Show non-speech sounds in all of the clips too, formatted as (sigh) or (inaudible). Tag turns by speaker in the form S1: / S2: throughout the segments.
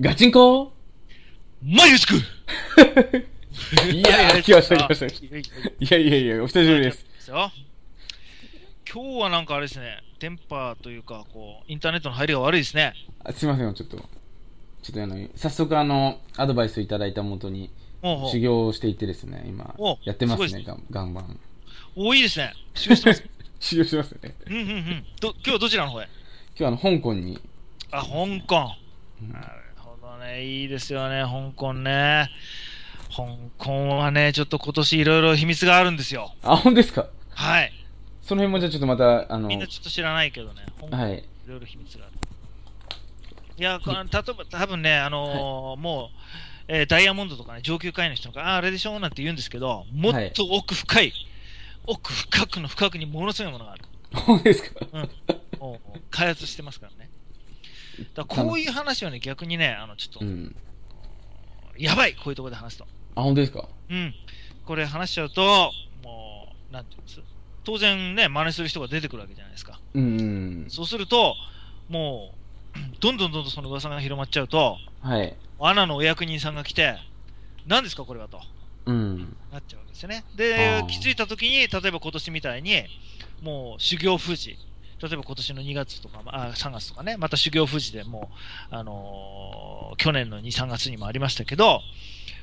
S1: ガチンコ
S2: まゆしく
S1: いやいや、来ました、来ました。いやいやいや、お久しぶりです。
S2: すよ。今日はなんかあれですね、テンパというか、こう、インターネットの入りが悪いですね。
S1: あすいません、ちょっと。ちょっとあの、早速あの、アドバイスをいただいたもとに、
S2: もうほう
S1: 修、行をしていってですね、今
S2: お、
S1: やってます
S2: すご
S1: ね、
S2: いです
S1: がん頑張ん。
S2: 多いいですね。修行してます。
S1: 修行してますね。
S2: うんうんうん。ど、今日はどちらの方へ
S1: 今日はあの、香港に、
S2: あ、香港。なるほどね。いいですよね、香港ね。香港はね、ちょっと今年いろいろ秘密があるんですよ。
S1: あ、本当ですか
S2: はい。
S1: その辺もじゃあちょっとまた、あの
S2: みん、なちょっと知らないけどね。香港
S1: はい。
S2: いろいろ秘密がある。いや、この例えば、多分ね、あのーもう、えーダイヤモンドとかね、上級会員の人とか、あーあれでしょなんて言うんですけど、もっと奥深い、奥深くの深くにものすごいものがある。
S1: 本当ですか (laughs)
S2: もう開発してますからね。だからこういう話はね、逆にね、あのちょっと、
S1: うん。
S2: やばい、こういうところで話すと。
S1: あ、本当ですか
S2: うん。これ話しちゃうと、もう、なんていうんです当然ね、真似する人が出てくるわけじゃないですか。
S1: うんうん。
S2: そうすると、もう、どんどんどんどんその噂が広まっちゃうと、
S1: はい。
S2: アナのお役人さんが来て、何ですか、これはと
S1: うん。
S2: なっちゃうわけですよね。
S1: あ
S2: で
S1: ー、
S2: 気づいたときに、例えば今年みたいに、もう修行富士、例えば今年の2月とか、まああ3月とかね、また修行富士でもう、あのー去年の2、3月にもありましたけど、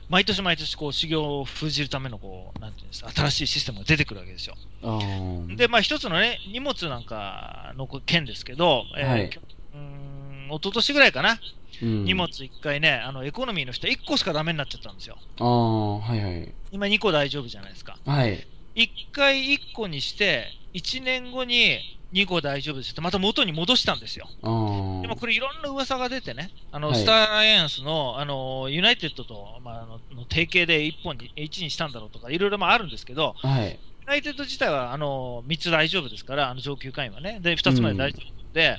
S2: 毎年毎年こう修行を封じるためのこう、なんていうんですか、新しいシステムが出てくるわけですよ。
S1: あー
S2: で、まあ、一つのね、荷物なんかの件ですけど、えー
S1: はい
S2: うん、一昨年ぐらいかな、
S1: うん
S2: 荷物一回ね、あの、エコノミーの人1個しかダメになっちゃったんですよ。
S1: ああ、はいはい。
S2: 今2個大丈夫じゃないですか。
S1: はい。
S2: 1回1個にして、1年後に2個大丈夫ですって、また元に戻したんですよ。
S1: ああ。
S2: でもこれいろんな噂が出てね、あの、
S1: はい
S2: スターアライアンスの、あの、ユナイテッドと、まあ、あの、の提携で1本に、1にしたんだろうとか、いろいろまああるんですけど、
S1: はい。
S2: ユナイテッド自体はあの3つ大丈夫ですから、あの上級会員はね、で2つまで大丈夫で、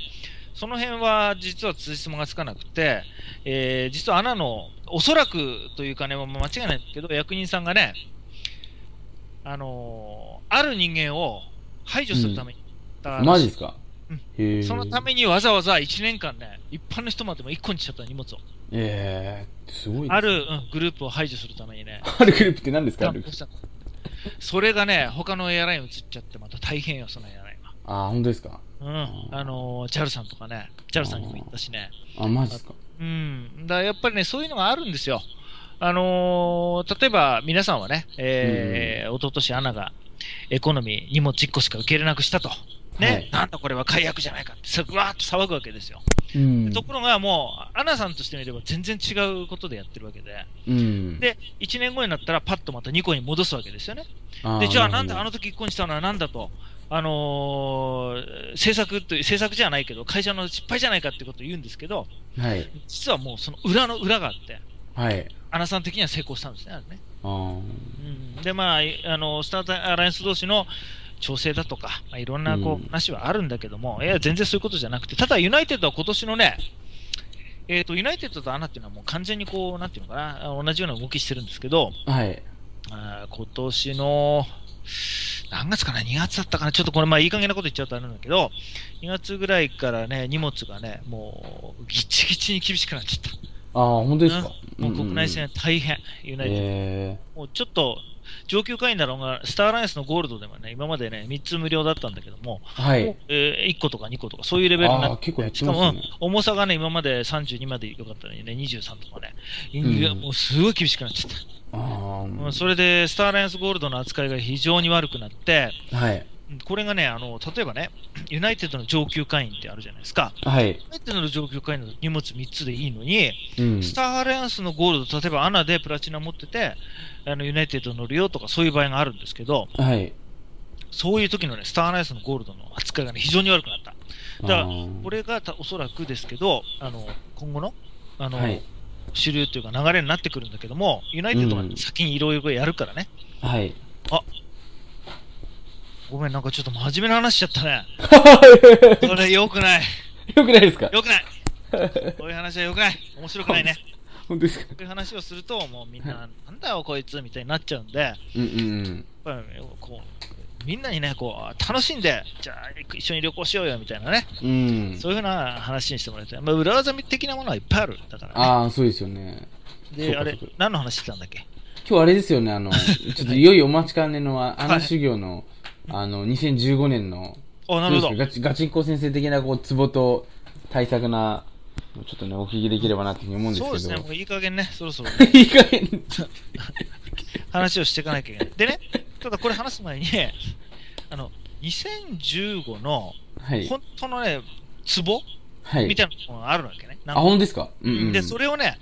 S2: その辺は実は辻褄がつかなくて、えー実はアナの、おそらくというかね、もう間違いないんですけど、役人さんがね、あのーある人間を排除するために、だから
S1: マジですか
S2: うん
S1: へえ。
S2: そのためにわざわざ1年間ね、一般の人までも1個にしちゃった荷物を、
S1: ええすごいですね
S2: ある、うんグループを排除するためにね、
S1: あるグループって何ですかあるグループ
S2: それがね、他のエアライン移っちゃって、また大変よ、そのエアラインは。
S1: あー、本当ですか
S2: うん、あのー、JAL さんとかね、JAL さんにも行ったしね、
S1: あ、マジですか
S2: うん、だからやっぱりね、そういうのがあるんですよ。あのー例えば皆さんはね、えー、おととしアナがエコノミー荷物1個しか受け入れなくしたと。ね、
S1: はい
S2: なんだこれは解約じゃないかって、さわーっと騒ぐわけですよ。
S1: うん
S2: ところがもう、アナさんとしてみれば全然違うことでやってるわけで、
S1: うん。
S2: で、1年後になったらパッとまた2個に戻すわけですよね。
S1: あー
S2: で、じゃあなんだ、あ
S1: る
S2: の時一個にしたのはなんだと、あのー政策という、政策じゃないけど、会社の失敗じゃないかってことを言うんですけど、
S1: ほどはい。
S2: 実はもうその裏の裏があって、
S1: はい。
S2: アナさん的には成功したんですね、あれね。
S1: あー
S2: うん、で、まあ、いあの、スタートアライアンス同士の調整だとか、まあ、いろんなこ
S1: うん
S2: う話はあるんだけども、いや、全然そういうことじゃなくて、ただユナイテッドは今年のね、えっ、と、ユナイテッドとアナっていうのはもう完全にこう、なんていうのかな、あ同じような動きしてるんですけど、
S1: はい。
S2: あー今年の、何月かな ?2 月だったかなちょっとこれ、まあいい加減なこと言っちゃうとあれなんだけど、2月ぐらいからね、荷物がね、もう、ぎちぎちに厳しくなっちゃった。
S1: あー本当ですか
S2: もう国内線大変、ユナイテッド。
S1: え
S2: もうちょっと、上級会員だろうが、スターアライアンスのゴールドでもね、今までね、3つ無料だったんだけども、
S1: ーは
S2: もう
S1: い。
S2: え1個とか2個とか、そういうレベルに
S1: あ
S2: な
S1: あー、
S2: っ
S1: 結構やって
S2: しか
S1: ま
S2: も、う
S1: す
S2: ん
S1: ね。
S2: 重さがね、今まで32までよかったのにね、23とかね、
S1: うん
S2: もうすごい厳しくなっちゃった。
S1: あー
S2: うんそれで、スターアライアンスゴールドの扱いが非常に悪くなって、
S1: はい。
S2: うんこれがね、あの、例えばね、ユナイテッドの上級会員ってあるじゃないですか。
S1: はい。
S2: ユナイテッドの上級会員の荷物3つでいいのに、
S1: うん。
S2: スターアライアンスのゴールド、例えばアナでプラチナ持ってて、あの、ユナイテッド乗るよとかそういう場合があるんですけど、
S1: はい。
S2: そういう時のね、スターアライアンスのゴールドの扱いがね、非常に悪くなった。だから
S1: あー
S2: これがたおそらくですけど、あの、今後の、あの、
S1: はい。
S2: 主流というか流れになってくるんだけども、ユナイテッドが
S1: うん
S2: 先にいろいろやるからね。 (laughs)
S1: はい。
S2: ごめん、なんかちょっと真面目な話しちゃったね。これ良くない。
S1: よくないですか
S2: 良
S1: (laughs)
S2: くない。こういう話は良くない。面白くないね。
S1: 本当ですか
S2: こういう話をすると、もうみんな、なんだよこいつみたいになっちゃうんで、やっ
S1: うんうんうん。
S2: ぱりこう、みんなにね、こう、楽しんで、じゃあ、一緒に旅行しようよみたいなね、
S1: うん。
S2: そういうふうな話にしてもらいたい。まあ、裏技的なものはいっぱいある。だから、ね。
S1: ああ、そうですよね。そう
S2: で、
S1: か
S2: あれ
S1: そうか、
S2: 何の話してたんだっけ
S1: 今日あれですよね、
S2: (laughs)
S1: あの、ちょっといよいよお待ちかねの、ああの修行の、あの、2015年の、
S2: あ、なるほ
S1: どう
S2: ど。
S1: ですかガチガチンコ先生的な、こう、ツボと対策な、ちょっとね、お聞きできればなっていうふうに思うんです
S2: そう
S1: けど。
S2: ですね、もういい加減ね、そろそろね、
S1: いい加減。
S2: 話をしていかなきゃいけない。でね、ただこれ話す前に、あの、2015の、
S1: (laughs) はい。
S2: 本当のね、ツボ
S1: は
S2: み
S1: い。
S2: たいなものがあるわけね。なん
S1: あ、
S2: か
S1: 本当ですかうん、うん。
S2: で、それをね、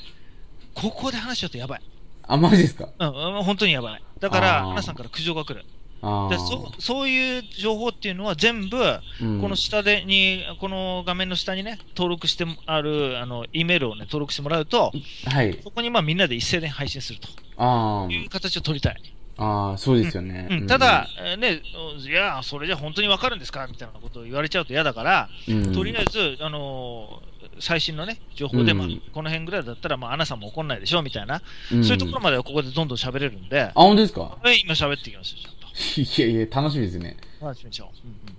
S2: ここで話しちゃうとやばい。
S1: あ、マジですか
S2: うん、うん本当にやばい。だから、
S1: あー
S2: 皆さんから苦情が来る。
S1: ああ。
S2: でそそういう情報っていうのは全部、
S1: うん
S2: この下でに、この画面の下にね、登録してある、あの、E メールをね、登録してもらうと、
S1: はい。
S2: そこにまあみんなで一斉で配信すると
S1: あ
S2: いう形を取りたい。
S1: あ。ああ、そうですよね。
S2: うん、ただ、えーね、いや、それじゃ本当にわかるんですかみたいなことを言われちゃうと嫌だから、
S1: うん、うん
S2: とりあえず、あのー最新のね、情報で、まあ
S1: うん
S2: この辺ぐらいだったら、まあ、アナさんも怒んないでしょみたいな、
S1: ん
S2: そういうところまではここでどんどん喋れるんで、
S1: あ、本当ですか (laughs)
S2: え今喋っていきますよ、ちゃんと。
S1: いやいや、楽しみですね。
S2: 話しましょう。うん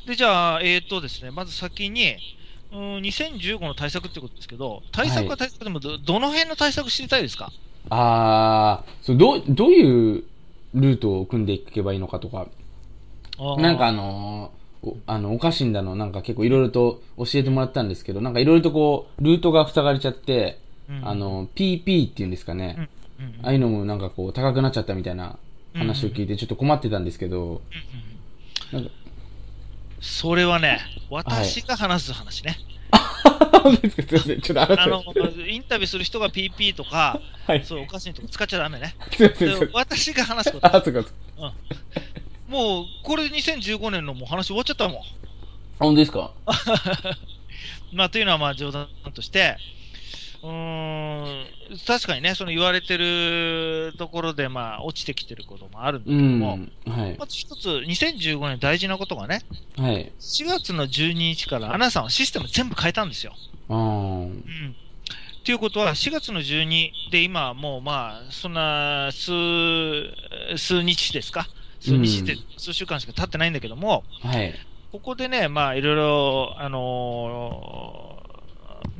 S2: うん、で、じゃあ、えっ、とですね、まず先に、うん、2015の対策ってことですけど、対策は対策でもど、どの辺の対策知りたいですか
S1: ああ、そう、どう、どういうルートを組んでいけばいいのかとか、なんかあ、のーおあの、おかしいんだの、なんか結構いろいろと教えてもらったんですけど、なんかいろいろとこう、ルートが塞がれちゃって、
S2: うん
S1: あ、の、PP っていうんですかね。
S2: うんうんうん
S1: ああいうのもなんかこう、高くなっちゃったみたいな話を聞いて、ちょっと困ってたんですけど、なんか、
S2: それはね、私が話す話ね。
S1: 本当ですかすい (laughs) ません、ちょっと
S2: あ
S1: 改
S2: の
S1: めて。、
S2: インタビューする人が PP とか、
S1: はい。す
S2: そう、おかしいとか使っちゃダメね。
S1: いませ
S2: で
S1: ん、すい (laughs) ま
S2: 私が話
S1: せ
S2: すこ
S1: ん。
S2: と。
S1: あ、そうか、そうか。
S2: もう、これ2015年のもう話終わっちゃったもん。
S1: あ本当ですか
S2: まあ、というのはまあ冗談として、うーん、確かにね、その言われてるところで、まあ、落ちてきてることもあるんだ
S1: う
S2: けど
S1: ん。
S2: も、
S1: はい。
S2: まず一つ、2015年大事なことがね、
S1: はい。
S2: 4月の12日から、アナさんはシステム全部変えたんですよ。
S1: あー
S2: うん。ということは、4月の12で、今はもう、まあ、そんな、数、数日ですか数日って
S1: うん、
S2: 数週間しか経ってないんだけども、
S1: はい。
S2: ここでね、まあ、いろいろ、あのー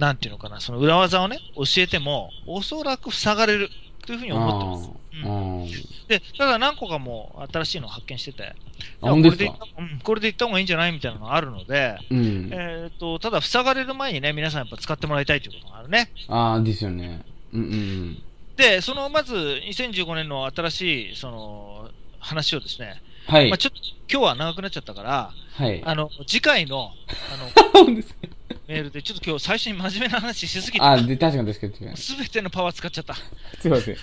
S2: なんていうのかな、その裏技をね、教えても、おそらく塞がれるというふうに思ってます。
S1: あー
S2: うん
S1: あー
S2: で、ただ何個かもう新しいのを発見してて、
S1: あ本当
S2: これ
S1: で
S2: です行っ
S1: か
S2: たうんこれでいった方がいいんじゃないみたいなのがあるので、
S1: うん。
S2: えっ、と、ただ塞がれる前にね、皆さんやっぱ使ってもらいたいということがあるね。
S1: ああ、ですよね。うんうんうん。
S2: で、その、まず、2015年の新しい、その、話をですね、
S1: はい
S2: まあ、。ちょっと、今日は長くなっちゃったから、
S1: はい。
S2: あの、次回の、あの、
S1: (laughs) 本当ですか
S2: メールで、ちょっと今日最初に真面目な話しすぎて、
S1: あーで、確かに確かに確
S2: (laughs)
S1: かに。
S2: すべてのパワー使っちゃった。
S1: すいません。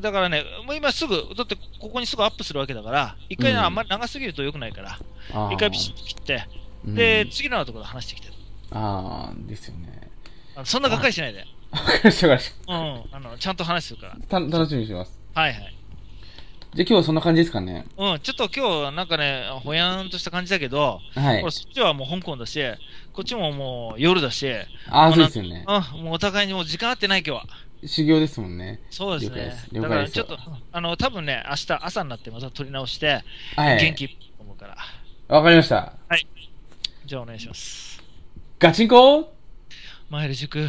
S2: だからね、もう今すぐ、だってここにすぐアップするわけだから、一回
S1: うん
S2: なあんまり長すぎると良くないから、
S1: あー
S2: 一回ピシッと切って、
S1: うん
S2: で、次のところで話してきて。
S1: ああ、ですよね。
S2: あのそんながっかりしないで。
S1: わかりました、わかり
S2: うん。あの、ちゃんと話するから。
S1: ました。た楽しみにしてます。
S2: はいはい。
S1: じゃあ今日はそんな感じですかね。
S2: うん、ちょっと今日はなんかね、ほやーんとした感じだけど、
S1: はい
S2: ほら。そっちはもう香港だし、こっちももう夜だし、
S1: ああ、
S2: こ
S1: そ
S2: の
S1: うですよね。
S2: あもうお互いにもう時間あってない今日は。
S1: 修行ですもんね。
S2: そうです
S1: 了解
S2: ね
S1: で。す了
S2: だか
S1: 解
S2: ら
S1: です
S2: ちょっと、あの、多分ね、明日朝になってまた撮り直して、
S1: はい。
S2: 元気と思うから。
S1: わかりました。
S2: じゃあお願いします。
S1: ガチンコ
S2: マイル塾。